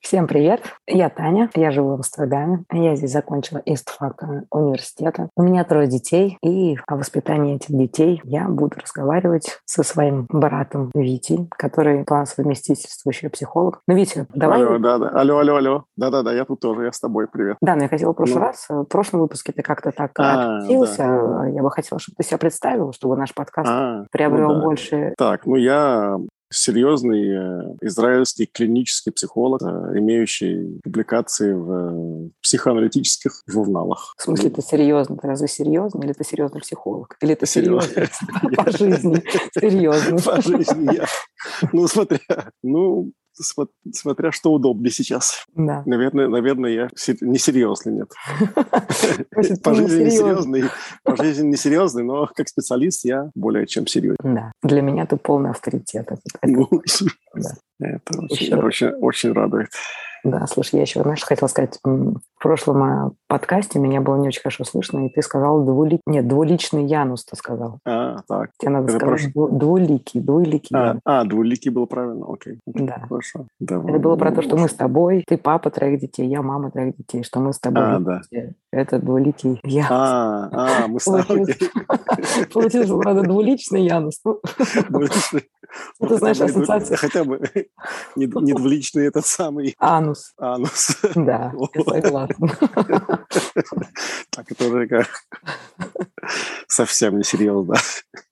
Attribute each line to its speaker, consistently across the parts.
Speaker 1: Всем привет! Я Таня, я живу в Амстердаме. Я здесь закончила Истфак университета. У меня трое детей, и о воспитании этих детей я буду разговаривать со своим братом Витей, который по совместительству еще психолог. Ну, Витя, давай...
Speaker 2: Алло, да, да. алло, алло, алло. Да-да-да, я тут тоже, я с тобой, привет.
Speaker 1: Да, но я хотела в прошлый
Speaker 2: Ну.
Speaker 1: раз, э, в прошлом выпуске ты как-то так
Speaker 2: А,
Speaker 1: откатился. Я бы хотела, чтобы ты себя представил, чтобы наш подкаст
Speaker 2: А, ну
Speaker 1: приобрел
Speaker 2: да.
Speaker 1: больше...
Speaker 2: Так, ну я серьезный э, израильский клинический психолог, э, имеющий публикации в э, психоаналитических журналах.
Speaker 1: В смысле, ты серьезно? Ты разве серьезный? Или ты серьезный психолог? Или ты
Speaker 2: Серьезно.
Speaker 1: серьезный по жизни? Серьезный.
Speaker 2: По жизни я. Ну, смотря, ну, смо- смотря что удобнее сейчас.
Speaker 1: Да.
Speaker 2: Наверное, наверное, я се- несерьезный, нет.
Speaker 1: Значит,
Speaker 2: По
Speaker 1: ты
Speaker 2: жизни
Speaker 1: несерьезный.
Speaker 2: несерьезный, по жизни несерьезный, но как специалист я более чем серьезный.
Speaker 1: Да. Для меня ты полный авторитет. Это- это-
Speaker 2: Ну,
Speaker 1: Да.
Speaker 2: Это
Speaker 1: Еще
Speaker 2: очень-
Speaker 1: раз.
Speaker 2: очень очень радует.
Speaker 1: Да, слушай, я еще, знаешь, хотела сказать, м, в прошлом а, подкасте меня было не очень хорошо слышно, и ты сказал двули... Нет, двуличный Янус, ты сказал.
Speaker 2: А, так.
Speaker 1: Тебе надо
Speaker 2: Это
Speaker 1: сказать дву- двуликий, двуликий
Speaker 2: А,
Speaker 1: Янус.
Speaker 2: а, двуликий был правильно, окей. Окей,
Speaker 1: Да.
Speaker 2: Хорошо. ну, Давай.
Speaker 1: Это было про то, что мы с тобой, ты папа троих детей, я мама троих детей, что мы с тобой.
Speaker 2: А, да.
Speaker 1: вместе. Это двуликий Янус.
Speaker 2: А, а, мы с тобой.
Speaker 1: Получилось, получилось, правда, двуличный Янус. Ну,
Speaker 2: Двуличный.
Speaker 1: Ну, ты знаешь,
Speaker 2: Хотя бы-
Speaker 1: ассоциация
Speaker 2: Хотя бы не не двуличный этот самый
Speaker 1: анус.
Speaker 2: анус.
Speaker 1: Да, я согласна.
Speaker 2: Так, это уже а как совсем несерьезно.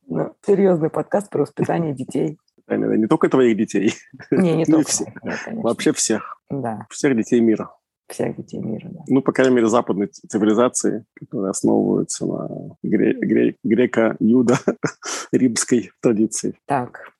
Speaker 1: Ну, Серьезный подкаст про воспитание детей.
Speaker 2: Наверное, Не только твоих детей,
Speaker 1: Не, не
Speaker 2: Ну и
Speaker 1: только.
Speaker 2: все.
Speaker 1: моих, нет, конечно.
Speaker 2: вообще всех.
Speaker 1: Да,
Speaker 2: Всех детей мира.
Speaker 1: всех детей мира, да.
Speaker 2: Ну, по крайней мере, западной цивилизации, которые основываются на гре- гре- греко-юдо-римской традиции.
Speaker 1: Так.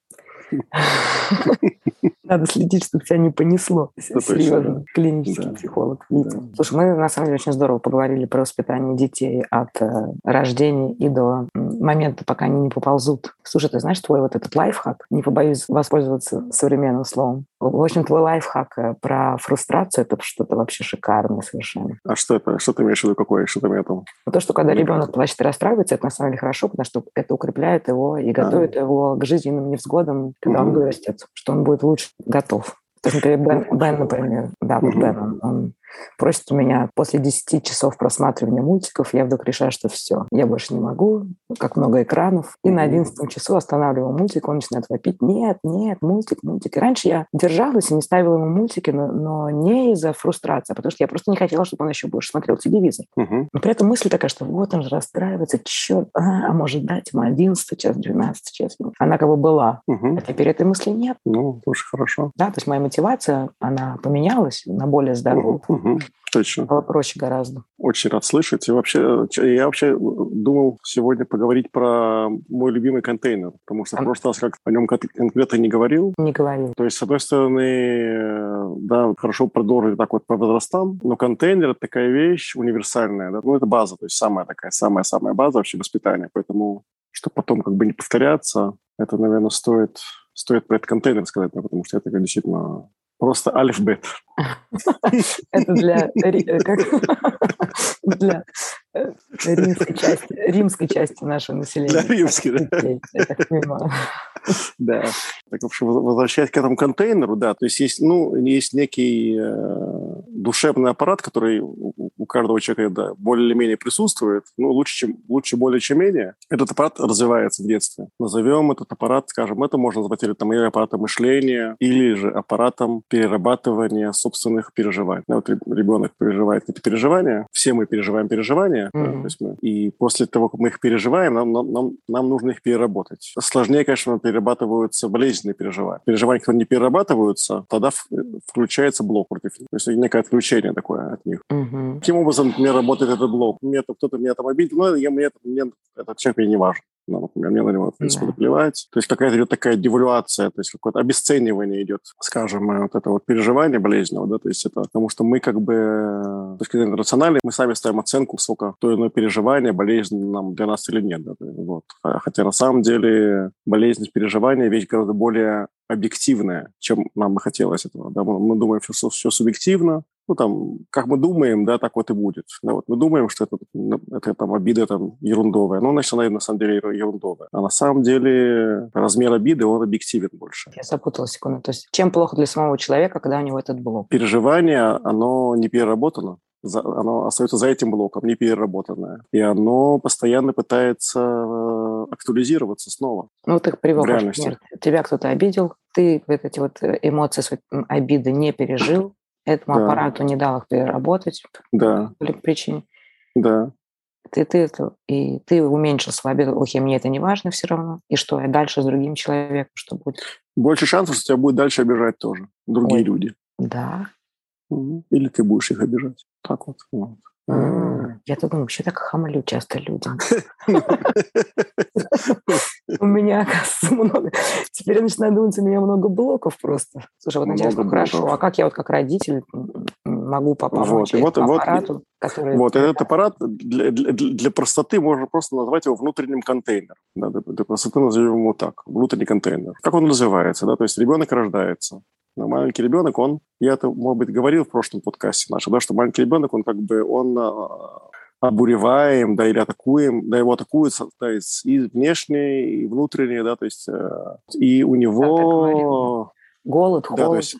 Speaker 1: Надо следить, чтобы тебя не понесло.
Speaker 2: Да, точно,
Speaker 1: Серьезно,
Speaker 2: да.
Speaker 1: клинический
Speaker 2: Да.
Speaker 1: психолог.
Speaker 2: Да.
Speaker 1: Витя. Слушай, мы на самом деле очень здорово поговорили про воспитание детей от э, рождения и до м, момента, пока они не поползут. Слушай, ты знаешь, твой вот этот лайфхак, не побоюсь воспользоваться современным словом. В общем, твой лайфхак э, про фрустрацию, это что-то вообще шикарное совершенно.
Speaker 2: А что это? Что ты имеешь в виду? Какое? Что ты имеешь в виду?
Speaker 1: Но то, что когда
Speaker 2: Мне
Speaker 1: ребенок плачет и расстраивается, это на самом деле хорошо, потому что это укрепляет его и готовит его к жизненным невзгодам, когда он
Speaker 2: Мгм.
Speaker 1: вырастет, что он будет лучше готов. То есть, например, Бен, Бен, например, да, вот
Speaker 2: Мгм.
Speaker 1: Бен, он, он просит у меня после 10 часов просматривания мультиков, я вдруг решаю, что все, я больше не могу, ну, как много экранов. И на
Speaker 2: Мгм.
Speaker 1: 11 часу останавливаю мультик, он начинает вопить, нет, нет, мультик, мультик. И раньше я держалась и не ставила ему мультики, но, но не из-за фрустрации, а потому что я просто не хотела, чтобы он еще больше смотрел телевизор.
Speaker 2: Мгм.
Speaker 1: Но при этом мысль такая, что вот он же расстраивается, черт, а, а может дать ему 11 час, 12 час. Она как бы была, а
Speaker 2: Мгм.
Speaker 1: теперь этой мысли нет.
Speaker 2: Ну, тоже хорошо.
Speaker 1: Да? То есть моя мотивация, она поменялась на более здоровую,
Speaker 2: Мгм. Мгм. Точно.
Speaker 1: стало проще гораздо.
Speaker 2: Очень рад слышать. И вообще, ч- я вообще э, думал сегодня поговорить про мой любимый контейнер, потому что в
Speaker 1: Кон-
Speaker 2: прошлый раз как о нем кон- конкретно не говорил.
Speaker 1: Не говорил.
Speaker 2: То есть, с одной стороны, э, да, хорошо продолжить так вот по возрастам, но контейнер – это такая вещь универсальная, да? ну, это база, то есть самая такая, самая-самая база вообще воспитания, поэтому, чтобы потом как бы не повторяться, это, наверное, стоит, стоит про этот контейнер сказать, ну, потому что это как действительно просто альфбет.
Speaker 1: Это для, ри- э, как? для э, римской, части, римской части нашего населения.
Speaker 2: Для римской, да.
Speaker 1: Детей, я так понимаю.
Speaker 2: Да. Так, в общем, возвращаясь к этому контейнеру, да, то есть есть, ну, есть некий э, душевный аппарат, который у, у- у каждого человека да, более-менее присутствует, ну, лучше, чем, лучше более, чем менее. Этот аппарат развивается в детстве. Назовем этот аппарат, скажем, это можно назвать или, там, или аппаратом мышления, или же аппаратом перерабатывания собственных переживаний. Ну, вот реб- ребенок переживает какие-то переживания, все мы переживаем переживания, да,
Speaker 1: Мгм.
Speaker 2: то есть мы- и после того, как мы их переживаем, нам, нам, нам, нам нужно их переработать. Сложнее, конечно, перерабатываются болезненные переживания. Переживания, которые не перерабатываются, тогда ф- э, включается блок против них. То есть некое отключение такое от них.
Speaker 1: Мгм.
Speaker 2: Каким образом, например, работает этот блок? Мне там- кто-то меня там обидел, но я, мне, это- мне этот человек мне не важен. Ну, вот мне, мне на него, в принципе,
Speaker 1: Да.
Speaker 2: наплевать. То есть какая-то идет такая девальвация, то есть какое-то обесценивание идет, скажем, э, вот это вот переживание болезненного, да, то есть это потому что мы как бы, э, с точки зрения рациональной, мы сами ставим оценку, сколько то или иное переживание болезненно нам для нас или нет. да, то есть вот. А Хотя на самом деле болезненность переживания вещь гораздо более объективная, чем нам бы хотелось этого. да. Мы мы думаем, что все субъективно, ну, там, как мы думаем, да, так вот и будет. Да, вот мы думаем, что это, ну, это там обида там ерундовая. но значит, она на самом деле ерундовая. А на самом деле размер обиды, он объективен больше.
Speaker 1: Я запуталась секунду. То есть чем плохо для самого человека, когда у него этот блок?
Speaker 2: Переживание, оно не переработано. За, оно остается за этим блоком, не переработанное. И оно постоянно пытается э, актуализироваться снова.
Speaker 1: Ну, вот их привел пример. Тебя кто-то обидел, ты вот эти вот э, эмоции свои, обиды не пережил, этому да. аппарату не дал их переработать
Speaker 2: да.
Speaker 1: по причине.
Speaker 2: Да.
Speaker 1: Ты, ты, и ты уменьшил свою обиду. Окей, мне это не важно все равно. И что, и дальше с другим человеком что будет?
Speaker 2: Больше шансов, что тебя будет дальше обижать тоже другие Ой. люди.
Speaker 1: Да.
Speaker 2: Или ты будешь их обижать. Так вот. вот.
Speaker 1: Я-то думаю, вообще так хамлю часто людям. У меня, оказывается, много... Теперь я начинаю думать, у меня много блоков просто. Слушай, вот интересно, хорошо, а как я вот как родитель могу попасть к аппарату,
Speaker 2: который... Вот, этот аппарат для простоты можно просто назвать его внутренним контейнером. Для простоты назовем его так, внутренний контейнер. Как он называется, да, то есть ребенок рождается, но маленький ребенок, он, я это, может быть, говорил в прошлом подкасте нашем, да, что маленький ребенок, он как бы, он а, обуреваем, да, или атакуем, да, его атакуют, да, и внешне, и внутренне, да, то есть, э, и у него...
Speaker 1: Да, Голод, холод.
Speaker 2: Да, то есть,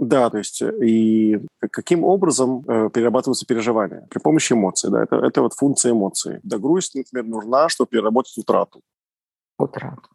Speaker 2: да, то есть э, и каким образом э, перерабатываются переживания? При помощи эмоций, да, это, это вот функция эмоций. Да, грусть, например, нужна, чтобы переработать утрату.
Speaker 1: Утрату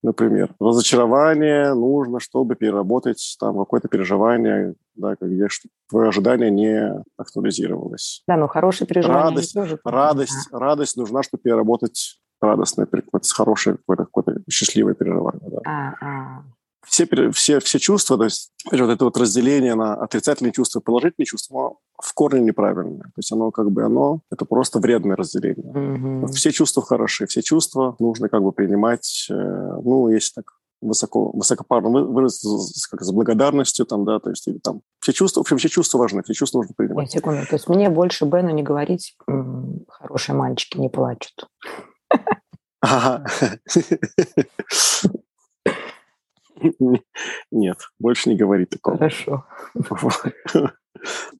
Speaker 2: например. Разочарование нужно, чтобы переработать там какое-то переживание, да, где твое ожидание не актуализировалось.
Speaker 1: Да, ну, но хорошее переживание
Speaker 2: радость, тоже. Радость, да. радость нужна, чтобы переработать радостное, какое-то хорошее, какое-то, какое-то счастливое переживание. Да.
Speaker 1: А, А-а.
Speaker 2: Все, все, все чувства, то есть вот это вот разделение на отрицательные чувства и положительные чувства, оно в корне неправильное. То есть оно как бы оно, это просто вредное разделение. Mm-hmm. Все чувства хороши, все чувства нужно как бы принимать, э, ну, если так высоко, высокопарно выразиться, как с благодарностью, там, да, то есть или, там, все чувства, в общем, все чувства важны, все чувства нужно принимать.
Speaker 1: Нет, секунду, то есть мне больше Бену не говорить, хорошие мальчики не плачут.
Speaker 2: Нет, больше не говори такого.
Speaker 1: Хорошо.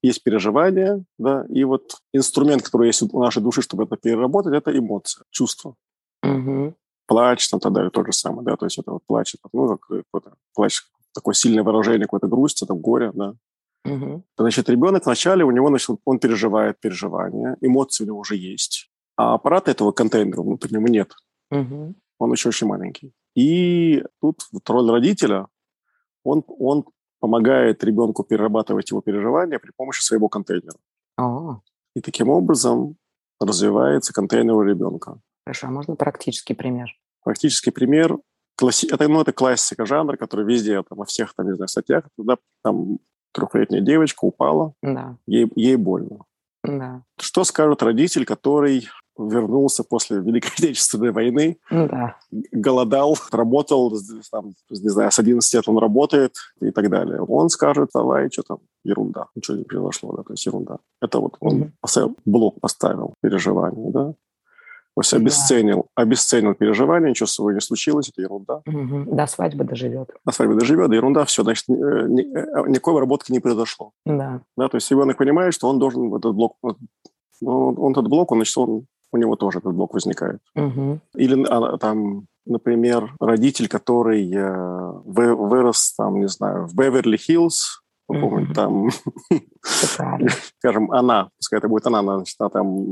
Speaker 2: Есть переживания, да, и вот инструмент, который есть у нашей души, чтобы это переработать, это эмоция, чувство.
Speaker 1: Угу.
Speaker 2: Плач, там, так далее, то же самое, да, то есть это вот плач, это, ну, какой-то плач, такое сильное выражение, какой-то грусть, там, горе, да.
Speaker 1: Угу.
Speaker 2: Значит, ребенок вначале, у него, значит, он переживает переживания, эмоции у него уже есть, а аппарата этого контейнера внутреннего нет.
Speaker 1: Угу.
Speaker 2: Он еще очень маленький. И тут вот роль родителя, он, он помогает ребенку перерабатывать его переживания при помощи своего контейнера.
Speaker 1: О.
Speaker 2: И таким образом развивается контейнер у ребенка.
Speaker 1: Хорошо, а можно практический пример?
Speaker 2: Практический пример. Класси... Это, ну, это классика жанра, который везде, там, во всех, там, не знаю, статьях. Туда, там трехлетняя девочка упала,
Speaker 1: да.
Speaker 2: ей, ей больно.
Speaker 1: Да.
Speaker 2: Что скажет родитель, который вернулся после Великой Отечественной войны,
Speaker 1: да.
Speaker 2: голодал, работал, там, не знаю, с 11 лет он работает и так далее. Он скажет, давай, что там, ерунда, ничего не произошло, да, то есть ерунда. Это вот он mm-hmm. поставил, блок поставил переживание, да. То есть обесценил, да. обесценил переживание, ничего с собой не случилось, это ерунда.
Speaker 1: Угу. До свадьбы доживет.
Speaker 2: До свадьбы доживет, да ерунда, все, значит, э, ни, никакой работки не произошло.
Speaker 1: Да.
Speaker 2: да. То есть ребенок понимает, что он должен этот блок, он, он этот блок, он, значит, он у него тоже этот блок возникает.
Speaker 1: Угу.
Speaker 2: Или а, там, например, родитель, который э, вы, вырос, там, не знаю, в Беверли-Хиллз, угу. там, скажем, она, пускай это будет она, значит, она там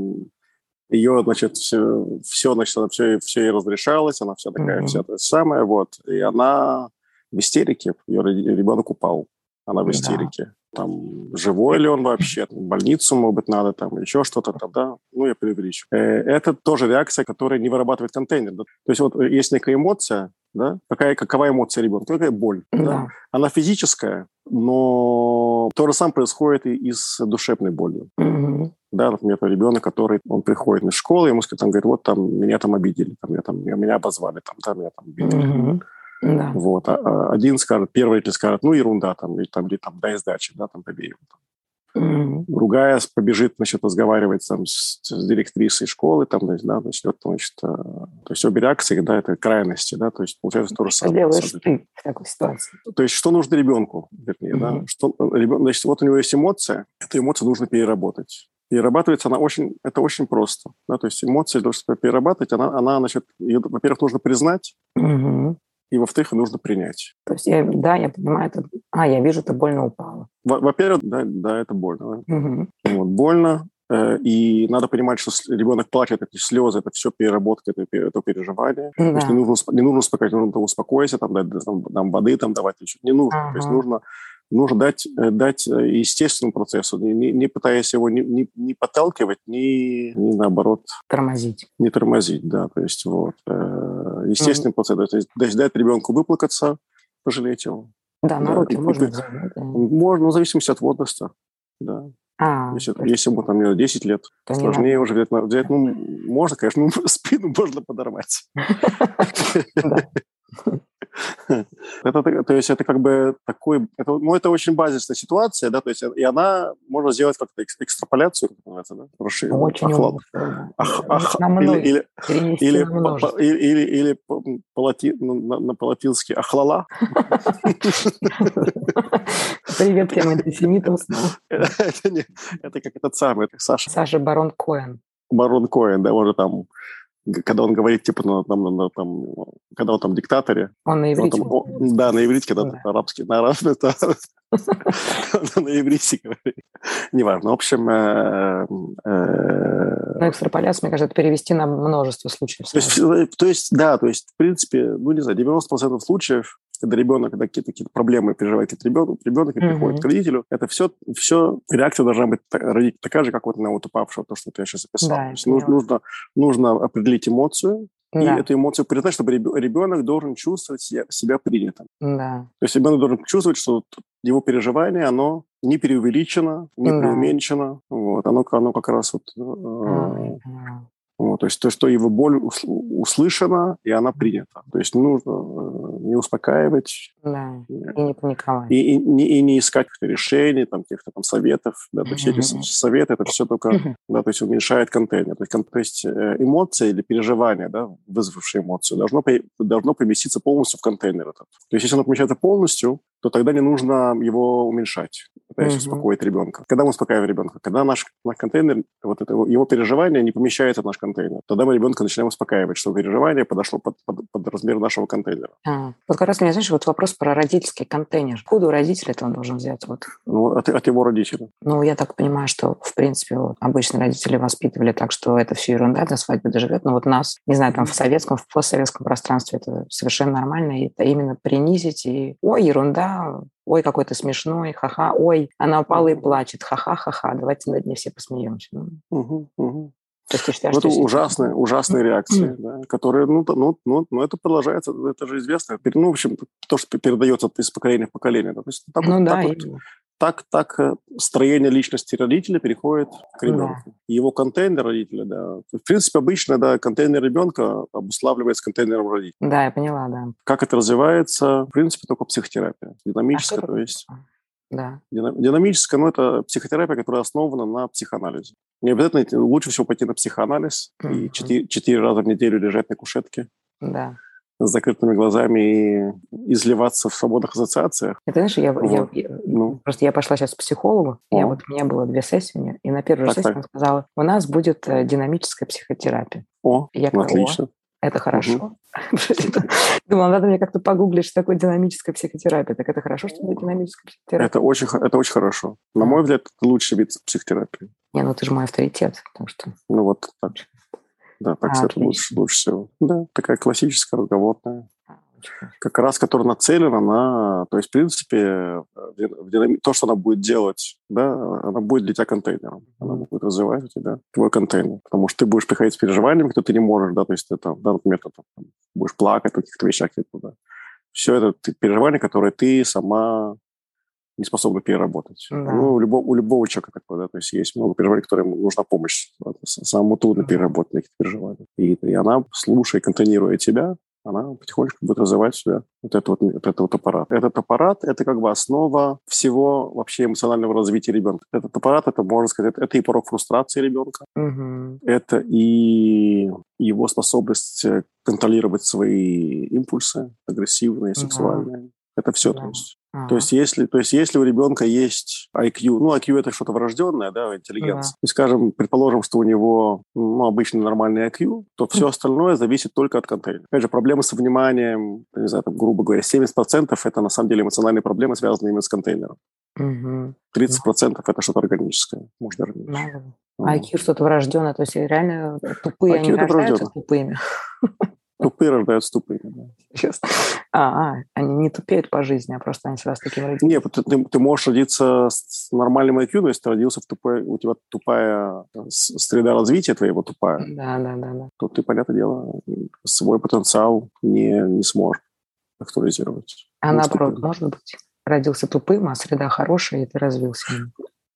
Speaker 2: ее, значит, все, все значит, она все, все ей разрешалось, она вся такая, mm-hmm. вся та самая, вот. И она в истерике, ее ребенок упал, она в истерике. Да. Там, живой ли он вообще, там, больницу, может быть, надо, там, еще что-то, там, да, ну, я преувеличу. Это тоже реакция, которая не вырабатывает контейнер. Да? То есть вот э, есть некая эмоция, да, какая, какова эмоция ребенка, какая боль, да. да? Она физическая, но то же самое происходит и, и с душевной болью.
Speaker 1: Mm-hmm.
Speaker 2: Да, например, ребенок, который, он приходит из школы, ему там говорит, вот там меня там обидели, там, меня, там, меня обозвали, там, да, меня там обидели.
Speaker 1: Mm-hmm. Да.
Speaker 2: Вот. А, а один скажет, первый родитель скажет, ну, ерунда, там, или там, или, там дай сдачи, да, там, добей его. Там.
Speaker 1: Мгм.
Speaker 2: другая побежит, значит, разговаривать там с, с директрисой школы, там, значит, да, начнет, значит, э, то есть обе реакции, да, это крайности, да, то есть получается то же
Speaker 1: Что
Speaker 2: самое. на
Speaker 1: делаешь
Speaker 2: самом деле.
Speaker 1: ты в такой ситуации?
Speaker 2: То есть что нужно ребенку, вернее, да,
Speaker 1: Мгм.
Speaker 2: что э, ребен- значит, вот у него есть эмоция, эту эмоцию нужно переработать. Перерабатывается она очень, это очень просто, да, то есть эмоции, для того, чтобы перерабатывать, она, она, значит, ее, во-первых, нужно признать,
Speaker 1: Мгм.
Speaker 2: и, во-вторых, ее нужно принять.
Speaker 1: То есть, я, да, я понимаю, это, а, я вижу, ты больно упала.
Speaker 2: Во- Во-первых, да, да, это больно, да.
Speaker 1: Мгм.
Speaker 2: Вот, больно. э, И надо понимать, что с- ребенок плачет, это слезы, это все переработка, это, пе- это переживание. То есть
Speaker 1: Да.
Speaker 2: не нужно, усп- не нужно успокаивать, нужно там успокойся, там дать там, там воды, там давать ничего. Не нужно. То есть
Speaker 1: Ага.
Speaker 2: нужно, нужно дать, э, дать э, естественному процессу, не, не- не пытаясь его ни, ни- ни подталкивать, ни, ни наоборот
Speaker 1: Тормозить.
Speaker 2: не тормозить, да, то есть вот э, естественный процесс, то есть, то есть дать ребенку выплакаться, пожалеть его.
Speaker 1: Да, на
Speaker 2: Да,
Speaker 1: руки
Speaker 2: и-
Speaker 1: можно
Speaker 2: и-
Speaker 1: взять. да.
Speaker 2: Можно, в зависимости от возраста, да.
Speaker 1: А,
Speaker 2: Если,
Speaker 1: то есть
Speaker 2: если ему там не знаю, 10 лет,
Speaker 1: это не
Speaker 2: сложнее уже взять, на- взять, ну, можно, конечно, ну, спину можно подорвать.
Speaker 1: Да.
Speaker 2: Это, так- то есть это как бы такой, это, ну, это очень базисная ситуация, да, то есть и она, можно сделать как-то экс- экстраполяцию, как это называется, да, расши-
Speaker 1: надо. очень
Speaker 2: охла-
Speaker 1: умно. да.
Speaker 2: ах- ах-
Speaker 1: На
Speaker 2: или,
Speaker 1: мной.
Speaker 2: или,
Speaker 1: Перенести
Speaker 2: или,
Speaker 1: на
Speaker 2: по-
Speaker 1: множество.
Speaker 2: по- или, или, или по- палати- ну, на, на палатинский ахлала.
Speaker 1: Привет всем антисемитам снова.
Speaker 2: это, не- это как этот самый, это Саша
Speaker 1: Саша Барон Коэн.
Speaker 2: Барон Коэн, да, он же там, г- когда он говорит, типа, ну, там, ну, ну, там, когда он там диктаторе,
Speaker 1: Он на
Speaker 2: Он
Speaker 1: иврите. Ну,
Speaker 2: там, о, да, на иврите, когда
Speaker 1: Да.
Speaker 2: на арабский, на арабском, это на иврите говорит. Неважно. В общем, э, э,
Speaker 1: Но экстраполяцию, мне кажется, это перевести на множество случаев.
Speaker 2: то есть,
Speaker 1: сразу.
Speaker 2: всё- то есть, да, то есть, в принципе, ну, не знаю, 90% случаев, когда ребенок, когда какие-то какие-то проблемы переживает этот ребенок, ребенок и
Speaker 1: Мгм.
Speaker 2: приходит к родителю, это все, все реакция должна быть та- родитель такая же, как вот на вот упавшего, то, что ты сейчас описал.
Speaker 1: Да,
Speaker 2: То
Speaker 1: я
Speaker 2: есть нуж-
Speaker 1: поняла.
Speaker 2: нужно, нужно определить эмоцию, и
Speaker 1: Да,
Speaker 2: эту эмоцию признать, чтобы ребё- ребенок должен чувствовать себя, себя принятым.
Speaker 1: да.
Speaker 2: То есть ребенок должен чувствовать, что т- его переживание, оно не преувеличено, не
Speaker 1: Да.
Speaker 2: преуменьшено. Вот, оно, к- оно как раз вот, э,
Speaker 1: А, я поняла.
Speaker 2: вот, то есть то, что его боль усл- услышана, и она принята. То есть нужно э, не успокаивать
Speaker 1: Да, и не паниковать.
Speaker 2: и, и не, и не искать каких-то решений, там, каких-то там советов. Да, то есть эти
Speaker 1: Мгм.
Speaker 2: с- советы, это все только
Speaker 1: Мгм.
Speaker 2: да, то есть уменьшает контейнер. То есть, кон- то есть э, эмоция или переживание, да, вызвавшее эмоцию, должно, при- должно поместиться полностью в контейнер этот. То есть если оно помещается полностью, то тогда не нужно его уменьшать, пытаясь
Speaker 1: Мгм.
Speaker 2: успокоить ребенка. Когда мы успокаиваем ребенка? Когда наш, наш контейнер, вот это, его- его переживание не помещается в наш контейнер. Тогда мы ребенка начинаем успокаивать, что переживание подошло под, под- под размер нашего контейнера.
Speaker 1: А, Вот как раз меня, знаешь, вот вопрос про родительский контейнер. Откуда у родителя это он должен взять? Вот.
Speaker 2: Ну, от, от его родителя.
Speaker 1: Ну, я так понимаю, что, в принципе, вот обычно родители воспитывали так, что это все ерунда, до свадьбы доживет. Но вот нас, не знаю, там в советском, в постсоветском пространстве это совершенно нормально. И это именно принизить и «Ой, ерунда», «Ой, какой ты смешной», «Ха-ха», «Ой, она упала и плачет», «Ха-ха-ха-ха», «Давайте над ней все посмеемся». Ну,
Speaker 2: Мгм, мгм.
Speaker 1: то есть ты считаешь,
Speaker 2: Ну,
Speaker 1: что
Speaker 2: это
Speaker 1: если-
Speaker 2: ужасные, ужасные реакции, да, которые, ну, то- ну, ну, ну, это продолжается, это же известно. Пер- Ну, в общем, то, что передается из поколения в поколение. да, то есть так,
Speaker 1: Ну
Speaker 2: вот-
Speaker 1: да,
Speaker 2: так, вот-
Speaker 1: именно.
Speaker 2: так, так, э, строение личности родителя переходит к
Speaker 1: Ну Да.
Speaker 2: ребенку. Его контейнер родителя, да. В принципе, обычно, да, контейнер ребенка обуславливается контейнером родителя.
Speaker 1: да, я поняла, да. А
Speaker 2: Как это развивается, в принципе, только психотерапия. Динамическая,
Speaker 1: А что
Speaker 2: то есть.
Speaker 1: Да.
Speaker 2: Дина- Динамическая, ну, это психотерапия, которая основана на психоанализе. Не обязательно идти- лучше всего пойти на психоанализ и
Speaker 1: Мгм.
Speaker 2: четыре, четыре раза в неделю лежать на кушетке
Speaker 1: Да.
Speaker 2: с закрытыми глазами и изливаться в свободных ассоциациях.
Speaker 1: Это знаешь, я, я-
Speaker 2: Вот.
Speaker 1: я-
Speaker 2: Ну,
Speaker 1: Просто я пошла сейчас к психологу, я
Speaker 2: О.
Speaker 1: вот, у меня было две сессии, у меня, и на первую же
Speaker 2: Так,
Speaker 1: сессию
Speaker 2: так.
Speaker 1: она сказала, у нас будет э, динамическая психотерапия.
Speaker 2: о,
Speaker 1: Я такая,
Speaker 2: ну,
Speaker 1: «О,
Speaker 2: отлично.
Speaker 1: Это хорошо. Думала, надо мне как-то погуглить, что такое динамическая психотерапия. Так это хорошо, что будет динамическая психотерапия.
Speaker 2: Это очень, хо- это очень хорошо. На
Speaker 1: Да.
Speaker 2: мой взгляд, это лучший вид психотерапии.
Speaker 1: Не, ну ты же мой авторитет, потому что
Speaker 2: Ну, вот так. Да, так
Speaker 1: А,
Speaker 2: всё
Speaker 1: отлично.
Speaker 2: лучше, лучше всего. Да, такая классическая, разговорная.
Speaker 1: а,
Speaker 2: как раз которая нацелена на, то есть, в принципе, э, в дина- в динами- то, что она будет делать, да, она будет для тебя контейнером. Она
Speaker 1: Мгм.
Speaker 2: будет развивать у тебя твой контейнер. Потому что ты будешь приходить с переживаниями, которые ты не можешь, да, то есть ты там, да, например, ты там будешь плакать о каких-то вещах, типа, да. Все это ты- переживания, которые ты сама не способна переработать.
Speaker 1: Да.
Speaker 2: Ну, у любого, у любого человека такое, да, то есть есть много переживаний, которым нужна помощь. да, то есть Самому трудно
Speaker 1: Мгм.
Speaker 2: переработать какие-то переживания. И, и она, слушая, контейнируя тебя, она потихонечку будет развивать в себя вот этот вот, вот этот вот аппарат. Этот аппарат – это как бы основа всего вообще эмоционального развития ребенка. Этот аппарат – это, можно сказать, это и порог фрустрации ребенка,
Speaker 1: Мгм.
Speaker 2: это и его способность э, контролировать свои импульсы, агрессивные,
Speaker 1: Мгм.
Speaker 2: сексуальные. Это все.
Speaker 1: Да.
Speaker 2: То есть
Speaker 1: Ага.
Speaker 2: то есть, если, то есть, если у ребенка есть IQ, ну, IQ это что-то врожденное, да, интеллигенция. То есть, скажем, предположим, что у него ну, обычно нормальный IQ, то все остальное зависит только от контейнера. Опять же, проблемы со вниманием, не знаю, там, грубо говоря, 70% это на самом деле эмоциональные проблемы, связанные именно с контейнером.
Speaker 1: Мгм.
Speaker 2: 30% это что-то органическое, может даже меньше.
Speaker 1: Надо бы.
Speaker 2: Ну,
Speaker 1: А IQ что-то врожденное, то есть реально тупые,
Speaker 2: IQ
Speaker 1: они
Speaker 2: это
Speaker 1: рождаются
Speaker 2: врождённо.
Speaker 1: тупыми.
Speaker 2: Тупые рождаются тупыми. да.
Speaker 1: Сейчас. А, а, они не тупеют по жизни, а просто они себя с таким родили.
Speaker 2: Нет, ты, ты- ты можешь родиться с нормальным IQ, но если ты родился в тупой, у тебя тупая там, с- среда развития твоего тупая,
Speaker 1: Да, да, да, да.
Speaker 2: то ты, понятное дело, свой потенциал не, не сможешь актуализировать.
Speaker 1: А
Speaker 2: Ну,
Speaker 1: наоборот,
Speaker 2: тупым.
Speaker 1: может быть, родился тупым, а среда хорошая, и ты развился. им.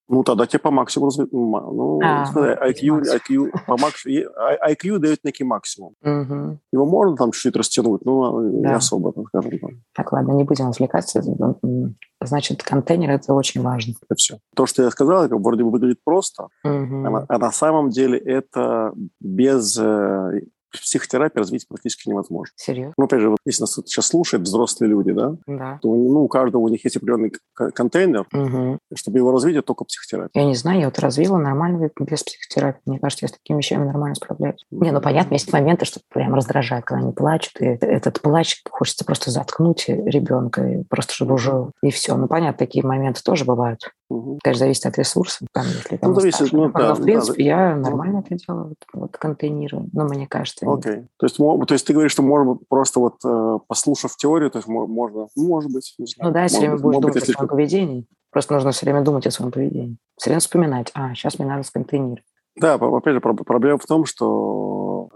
Speaker 2: Ну, тогда тебе по максимуму... разви- ма- Ну,
Speaker 1: А,
Speaker 2: смотри, IQ,
Speaker 1: максимум.
Speaker 2: IQ, по макс- и- I- IQ дает некий максимум.
Speaker 1: Мгм.
Speaker 2: Его можно там чуть-чуть растянуть, но не
Speaker 1: Да.
Speaker 2: особо, так скажем, там,
Speaker 1: Так, ладно, не будем отвлекаться. М, Значит, контейнер – это очень важно.
Speaker 2: это все. То, что я сказал, как вроде бы выглядит просто,
Speaker 1: Мгм.
Speaker 2: а, на, а на самом деле это без э, психотерапии развить практически невозможно.
Speaker 1: Серьезно?
Speaker 2: Ну, опять же, вот если нас тут сейчас слушают взрослые люди, да,
Speaker 1: Да.
Speaker 2: то ну, у каждого у них есть определенный к- контейнер,
Speaker 1: Мгм.
Speaker 2: чтобы его развить, это только психотерапия.
Speaker 1: Я не знаю, я вот развила нормально говорит, без психотерапии. Мне кажется, я с такими вещами нормально справляюсь. Не, ну понятно, есть моменты, что прям раздражает, когда они плачут, и этот плач хочется просто заткнуть ребенка, и просто чтобы уже и все. Ну понятно, такие моменты тоже бывают.
Speaker 2: Мгм.
Speaker 1: Конечно, зависит от ресурсов, там, если там
Speaker 2: Ну, зависит,
Speaker 1: старше.
Speaker 2: ну,
Speaker 1: Но,
Speaker 2: да,
Speaker 1: в
Speaker 2: да,
Speaker 1: принципе,
Speaker 2: да. Ну.
Speaker 1: я нормально это делаю, вот, вот контейнирую. Но мне кажется, нет.
Speaker 2: Окей. То есть, мо- то есть ты говоришь, что можно просто вот э, послушав теорию, то есть мо- можно, ну, может быть, не знаю.
Speaker 1: ну да,
Speaker 2: Может
Speaker 1: все время
Speaker 2: быть,
Speaker 1: будешь
Speaker 2: может быть,
Speaker 1: думать о
Speaker 2: если-
Speaker 1: своем поведении. Просто нужно все время думать о своем поведении. Все время вспоминать, а, сейчас мне надо сконтейнировать.
Speaker 2: Да, по- опять же, проб- проблема в том, что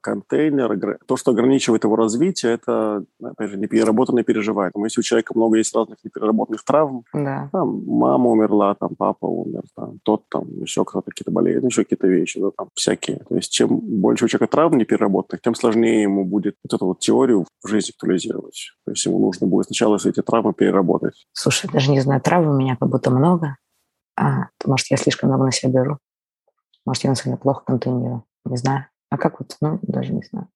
Speaker 2: контейнер, огр- то, что ограничивает его развитие, это, опять же, непереработанные переживания. Поэтому Если у человека много есть разных непереработанных травм,
Speaker 1: Да.
Speaker 2: там мама умерла, там папа умер, там тот там еще кто-то какие-то болеют, еще какие-то вещи, да, там всякие. То есть чем больше у человека травм непереработанных, тем сложнее ему будет вот эту вот теорию в жизни актуализировать. То есть ему нужно будет сначала эти травмы переработать.
Speaker 1: Слушай, даже не знаю, травм у меня как будто много. А, может, я слишком много на себя беру. Может, я на себя плохо контейнирую. Не знаю. А как вот, ну, даже не знаю.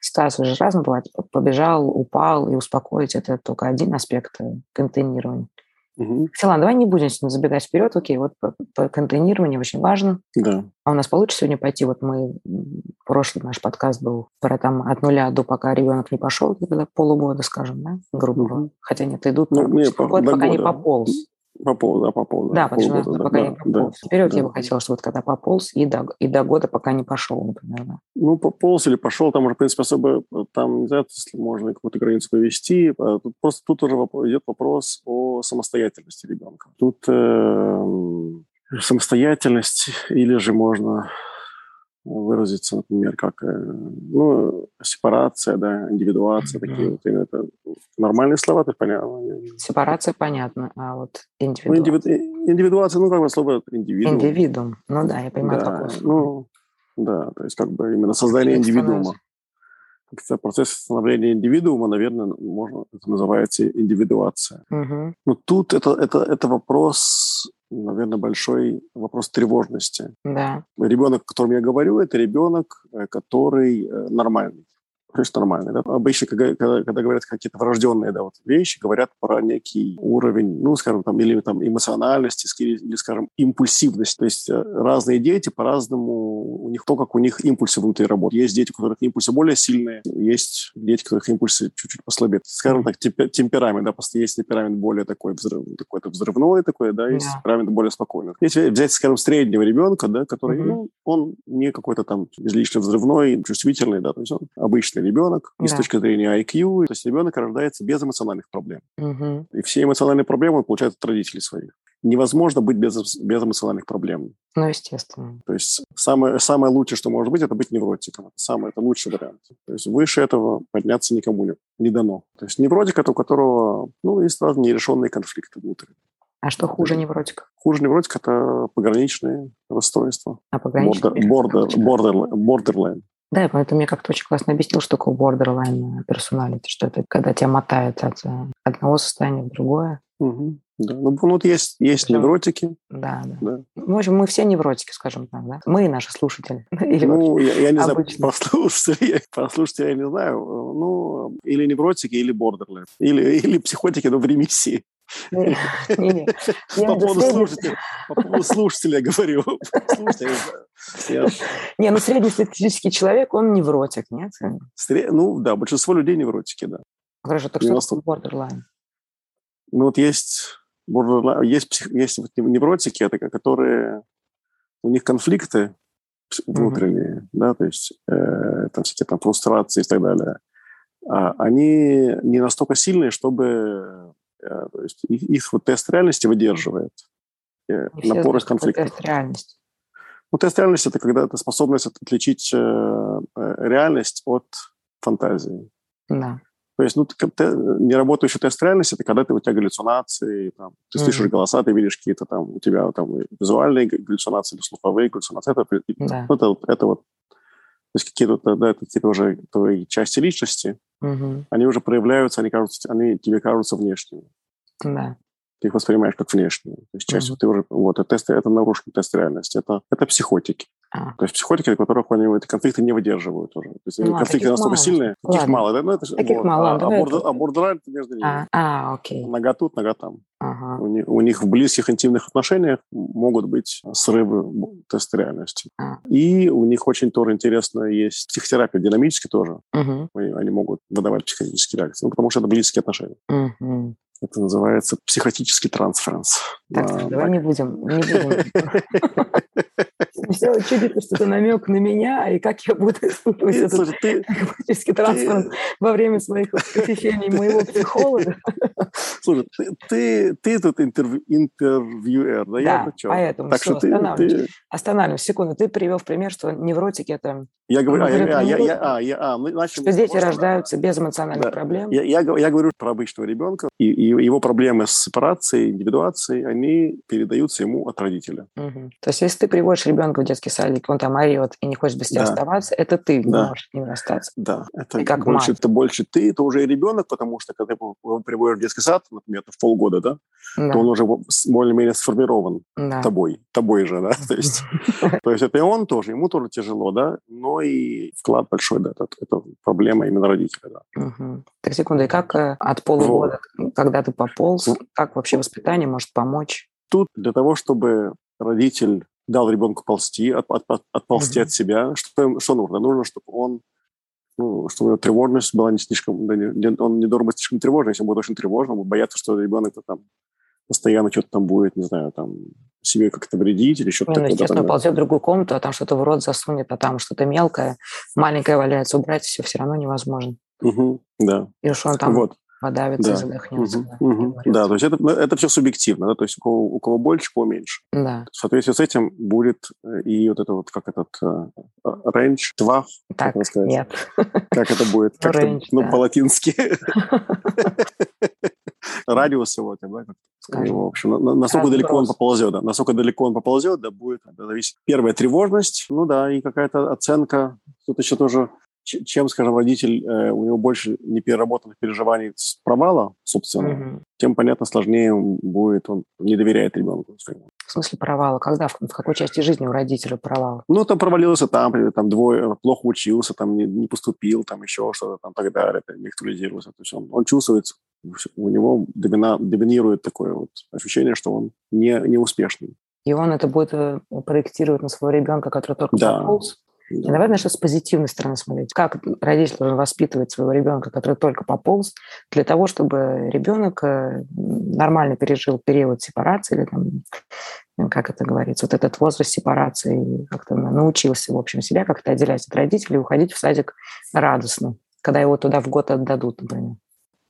Speaker 1: Ситуация же разная бывает. Побежал, упал и успокоить. Это только один аспект э, контейнирования.
Speaker 2: Мгм.
Speaker 1: Все, ладно, давай не будем сегодня забегать вперед. Окей, вот по- по контейнирование очень важно.
Speaker 2: Да.
Speaker 1: А у нас получится сегодня пойти? Вот мы, м, прошлый наш подкаст был про там от нуля до пока ребенок не пошел, где-то полугода, скажем, да, грубо говоря.
Speaker 2: Мгм.
Speaker 1: Хотя нет, идут
Speaker 2: Ну, не,
Speaker 1: практически
Speaker 2: по-
Speaker 1: год,
Speaker 2: до
Speaker 1: пока не
Speaker 2: года.
Speaker 1: пополз.
Speaker 2: По поводу, да, по поводу.
Speaker 1: Да, почему
Speaker 2: полгода, да,
Speaker 1: пока
Speaker 2: да,
Speaker 1: не
Speaker 2: да.
Speaker 1: пополз. Теперь вот я
Speaker 2: да.
Speaker 1: бы хотела, чтобы вот когда пополз, и до, и до года пока не пошел, например. да.
Speaker 2: Ну, пополз или пошел, там уже, в принципе, особо э, там, не знаю, если можно какую-то границу повести. Э, Тут просто тут уже воп- идет вопрос о самостоятельности ребенка. Тут э, м, самостоятельность или же можно выразиться, например, как э, ну, сепарация, да, индивидуация, такие
Speaker 1: Мгм.
Speaker 2: вот именно это нормальные слова, ты поняла?
Speaker 1: Сепарация, понятно, а вот
Speaker 2: Ну,
Speaker 1: индивидуум.
Speaker 2: индивиду- ну, э, индивидуация, ну, как бы слово индивидуум.
Speaker 1: Индивидуум. Ну да, я понимаю,
Speaker 2: Да,
Speaker 1: какое слово.
Speaker 2: ну, да, то есть как бы именно создание
Speaker 1: Каким
Speaker 2: индивидуума. Как-то процесс становления индивидуума, наверное, можно, это называется индивидуация.
Speaker 1: Мгм.
Speaker 2: Но тут это, это, это вопрос, наверное, большой вопрос тревожности.
Speaker 1: Да.
Speaker 2: Ребенок, о котором я говорю, это ребенок, э, который э, нормальный. То есть нормальный. да. Обычно, когда, когда- когда говорят какие-то врожденные да, вот вещи, говорят про некий уровень, ну, скажем, там, или там эмоциональности, ски- или, скажем, импульсивность. То есть э, разные дети по-разному, у них то, как у них импульсы внутри работают. Есть дети, у которых импульсы более сильные, есть дети, у которых импульсы чуть-чуть послабее. Скажем так, темпе- темперамент, да, просто есть темперамент более такой, взрыв, такой то взрывной такой, да, есть
Speaker 1: Да.
Speaker 2: темперамент более спокойный. Если взять, скажем, среднего ребенка, да, который,
Speaker 1: Мгм.
Speaker 2: ну, он не какой-то там излишне взрывной, чувствительный, да, то есть он обычный ребенок, и с
Speaker 1: Да.
Speaker 2: точки зрения IQ, то есть ребенок рождается без эмоциональных проблем.
Speaker 1: Мгм.
Speaker 2: И все эмоциональные проблемы он получает от родителей своих. Невозможно быть без, эс- без эмоциональных проблем.
Speaker 1: Ну, естественно.
Speaker 2: То есть самое, самое лучшее, что может быть, это быть невротиком. Это Самый это лучший вариант. То есть выше этого подняться никому не, не дано. То есть невротик это у которого, ну, есть разные нерешенные конфликты внутри.
Speaker 1: А что хуже невротиков?
Speaker 2: Хуже невротика это пограничные расстройства.
Speaker 1: А пограничные?
Speaker 2: Бордер, бордер, бордерлайн.
Speaker 1: Да, это мне как-то очень классно объяснил, что такое borderline персоналити, что это когда тебя мотает от э, одного состояния в другое.
Speaker 2: Угу. Да. Ну, вот есть, есть да. невротики.
Speaker 1: Да, да, да. В общем, мы все невротики, скажем так, да? Мы и наши слушатели. Или
Speaker 2: ну, я, я не обычные. знаю, прослушатели, прослушатели я не знаю. Ну, или невротики, или бордерлайн. Или, или психотики, но в ремиссии.
Speaker 1: Не, не, не.
Speaker 2: По поводу слушателя, по поводу слушателя говорю. Слушателя,
Speaker 1: я... Не, ну среднестатистический человек, он невротик, нет?
Speaker 2: Сре... Ну да, большинство людей невротики, да.
Speaker 1: Хорошо, так что такое бордерлайн?
Speaker 2: Ну вот есть borderline, есть, псих, есть вот невротики, это, которые у них конфликты внутренние, mm-hmm. да, то есть э, там всякие там фрустрации и так далее. А, они не настолько сильные, чтобы э, то есть их, их вот тест реальности выдерживает
Speaker 1: э, напор их конфликтов. Тест реальности.
Speaker 2: Ну, тест реальности это когда это способность отличить э, реальность от фантазии.
Speaker 1: Да.
Speaker 2: То есть, ну, неработающий тест реальности – это когда ты, у тебя галлюцинации, там, ты mm-hmm. слышишь голоса, ты видишь какие-то там, у тебя там визуальные галлюцинации или слуховые галлюцинации. Это, да. ну, это, это вот, то есть какие-то, э, да, какие-то уже твои части личности, mm-hmm. они уже проявляются, они, кажутся, они тебе кажутся внешними.
Speaker 1: Да.
Speaker 2: Ты их воспринимаешь как внешние. То есть часть mm-hmm. ты уже, вот, это, тест, это нарушенный тест реальности, это, это психотики. А. То есть психотики, у которых они эти конфликты не выдерживают уже. То есть ну, конфликты а настолько мало. сильные, Ладно. таких мало. Да? Ну, это,
Speaker 1: таких вот. мало.
Speaker 2: А, а, бордер, а бордерлайн между ними.
Speaker 1: А, а окей.
Speaker 2: Нога тут, нога там.
Speaker 1: Ага.
Speaker 2: У, них, у них в близких интимных отношениях могут быть срывы теста реальности.
Speaker 1: А.
Speaker 2: И у них очень тоже интересно есть психотерапия динамически тоже.
Speaker 1: Угу.
Speaker 2: Они, они могут выдавать психотические реакции, ну, потому что это близкие отношения.
Speaker 1: Угу.
Speaker 2: Это называется психотический трансференс.
Speaker 1: Так, да, давай так. не будем. Не будем. Все чудится, что это намек на меня, и как я буду испытывать
Speaker 2: Э,
Speaker 1: этот психотический трансференс во время своих посещений моего психолога.
Speaker 2: Слушай, ты, ты тут интервью, интервьюер, да?
Speaker 1: Да,
Speaker 2: я тут
Speaker 1: поэтому так все, что останавливаюсь. Ты... Останавливаюсь, секунду. Ты привел в пример, что невротики – это…
Speaker 2: Я говорю, а, я, а, я, а, я, а, значит,
Speaker 1: ну что дети рождаются без эмоциональных да. проблем.
Speaker 2: Я, я, я говорю про обычного ребенка, и, и его проблемы с сепарацией, индивидуацией, они передаются ему от родителя.
Speaker 1: Угу. То есть, если ты приводишь ребенка в детский садик, он там орет и не хочет без тебя да. оставаться, это ты да. не можешь с ним расстаться.
Speaker 2: Да, это
Speaker 1: и как
Speaker 2: больше,
Speaker 1: мать.
Speaker 2: это больше ты, это уже и ребенок, потому что когда его приводишь в детский сад, например, в полгода, да, да. то он уже более-менее сформирован
Speaker 1: да.
Speaker 2: тобой, тобой же, да, то есть, то есть это и он тоже, ему тоже тяжело, да, но и вклад большой, да, это, это проблема именно родителя, да.
Speaker 1: Угу. Так, секунду, и как э, от полугода, вот. когда ты пополз, как вообще воспитание может помочь?
Speaker 2: Тут для того, чтобы родитель дал ребенку ползти, от, от, от, отползти угу. от себя, что, им, что нужно? Нужно, чтобы он ну, чтобы тревожность была не слишком, да, не, он не должен быть слишком тревожным, если он будет очень тревожным, будет бояться, что ребенок там постоянно что-то там будет, не знаю, там себе как-то вредить или что-то
Speaker 1: ну,
Speaker 2: такое.
Speaker 1: Естественно, там... ползет в другую комнату, а там что-то в рот засунет, а там что-то мелкое, маленькое валяется, убрать все все равно невозможно.
Speaker 2: Угу, да.
Speaker 1: И уж он Ну, там
Speaker 2: вот.
Speaker 1: подавится, да. задохнется.
Speaker 2: Угу, да, угу. да, то есть это, это все субъективно, да, то есть у кого, у кого больше, у кого меньше.
Speaker 1: Да.
Speaker 2: В соответствии с этим будет э, и вот это вот, как этот, э, а, range, тваф,
Speaker 1: так, как сказать? нет.
Speaker 2: Как это будет? Как range, ну, да. по-латински радиус его, там, да, Скажем. его, в общем, на, насколько Разброс. далеко он поползет, да, насколько далеко он поползет, да, будет да, зависеть. Первая тревожность, ну да, и какая-то оценка, тут еще тоже чем, скажем, родитель, э, у него больше непереработанных переживаний с провала, собственно, mm-hmm. тем, понятно, сложнее будет, он не доверяет ребенку.
Speaker 1: В смысле провала? Когда, в, в какой части жизни у родителя провал?
Speaker 2: Ну, там провалился, там, например, там двое, э, плохо учился, там не, не поступил, там еще что-то, там так далее, там, не актуализировался. То есть он, он чувствует, у него домина, доминирует такое вот ощущение, что он не, не успешный.
Speaker 1: И он это будет э, проектировать на своего ребенка, который только
Speaker 2: да.
Speaker 1: пополз? Да. И, наверное, сейчас с позитивной стороны смотреть. Как родитель должен воспитывать своего ребенка, который только пополз, для того, чтобы ребенок нормально пережил период сепарации, или там, как это говорится, вот этот возраст сепарации, как-то научился, в общем, себя как-то отделять от родителей и уходить в садик радостно, когда его туда в год отдадут, например.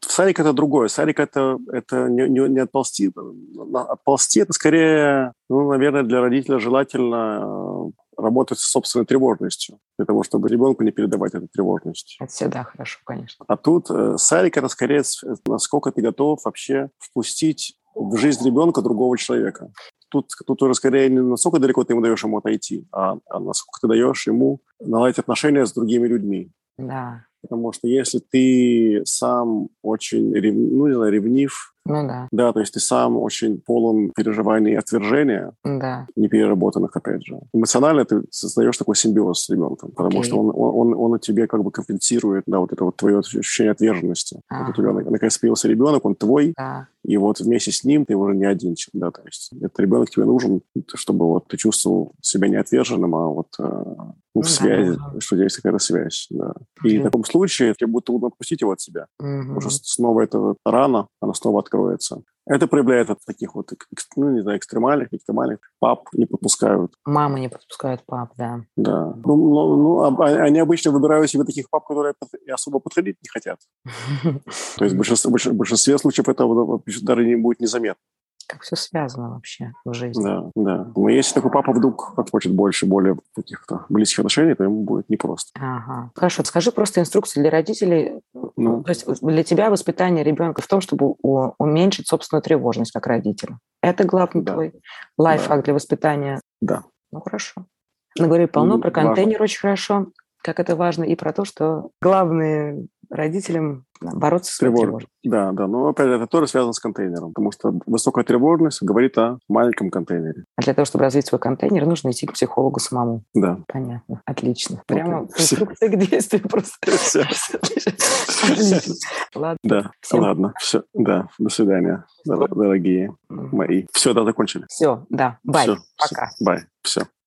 Speaker 2: Садик это другое. Садик это, это не, не, не отползти. э, Отползти это скорее, ну, наверное, для родителя желательно э, работать с собственной тревожностью, для того, чтобы ребенку не передавать эту тревожность.
Speaker 1: Это всегда хорошо, конечно.
Speaker 2: А тут э, сарик это э, скорее, насколько ты готов вообще впустить в жизнь ребенка другого человека. тут, тут уже скорее не насколько далеко ты ему даешь ему отойти, а, а насколько ты даешь ему наладить отношения с другими людьми.
Speaker 1: Да.
Speaker 2: Потому что если ты сам очень рев... ну, не знаю, ревнив,
Speaker 1: Ну да,
Speaker 2: да, то есть ты сам очень полон переживаний и отвержения,
Speaker 1: да.
Speaker 2: непереработанных, опять же. Эмоционально ты создаешь такой симбиоз с ребенком, потому
Speaker 1: Окей.
Speaker 2: что он, он, он, он у тебе как бы компенсирует, да, вот это вот твое ощущение отверженности.
Speaker 1: Ага.
Speaker 2: Вот у тебя на- накопился ребенок, он твой,
Speaker 1: Да,
Speaker 2: и вот вместе с ним ты уже не один, человек, да, то есть этот ребенок тебе нужен, чтобы вот ты чувствовал себя не отверженным, а вот э, ну,
Speaker 1: да,
Speaker 2: в связи,
Speaker 1: да.
Speaker 2: что есть какая-то связь, да. И
Speaker 1: Мгм.
Speaker 2: в таком случае тебе будет трудно отпустить его от себя.
Speaker 1: Мгм.
Speaker 2: Потому что снова эта вот рана, она снова откроется. Это проявляет от таких вот, экс- ну, не знаю, экстремальных, экстремальных. Пап не подпускают,
Speaker 1: мамы не подпускают пап, да.
Speaker 2: да. Ну, ну, ну, а- а- они обычно выбирают себе таких пап, которые под- особо подходить не хотят. То есть в большинстве, больш- в большинстве случаев это вот вообще даже не будет незаметно.
Speaker 1: Как все связано вообще в жизни.
Speaker 2: Да, да. Но если такой папа вдруг хочет больше, более каких-то близких отношений, то ему будет непросто.
Speaker 1: Ага. Хорошо, скажи просто инструкцию для родителей.
Speaker 2: Ну.
Speaker 1: То есть э, для тебя воспитание ребенка в том, чтобы у- уменьить собственную тревожность как родителя. Это главный
Speaker 2: Да.
Speaker 1: твой лайфхак для воспитания.
Speaker 2: Да.
Speaker 1: Ну хорошо. Наговорили полно,
Speaker 2: Ну,
Speaker 1: про
Speaker 2: важно.
Speaker 1: контейнер очень хорошо, как это важно, и про то, что главное родителям бороться с своей
Speaker 2: Тревожно.
Speaker 1: тревожностью.
Speaker 2: Да, да. Но опять же, это тоже связано с контейнером, потому что высокая тревожность говорит о маленьком контейнере.
Speaker 1: А для того, чтобы развить свой контейнер, нужно идти к психологу самому.
Speaker 2: Да.
Speaker 1: Понятно. Отлично. Прямо
Speaker 2: Ну, Окей.
Speaker 1: инструкция к действию просто.
Speaker 2: Всё.
Speaker 1: Отлично. Ладно.
Speaker 2: Да,
Speaker 1: Всем-
Speaker 2: ладно, все, да, до свидания, дор- дорогие мои. Все, да, закончили.
Speaker 1: Все, да. Бай.
Speaker 2: Всё, всё,
Speaker 1: Пока.
Speaker 2: Бай, все.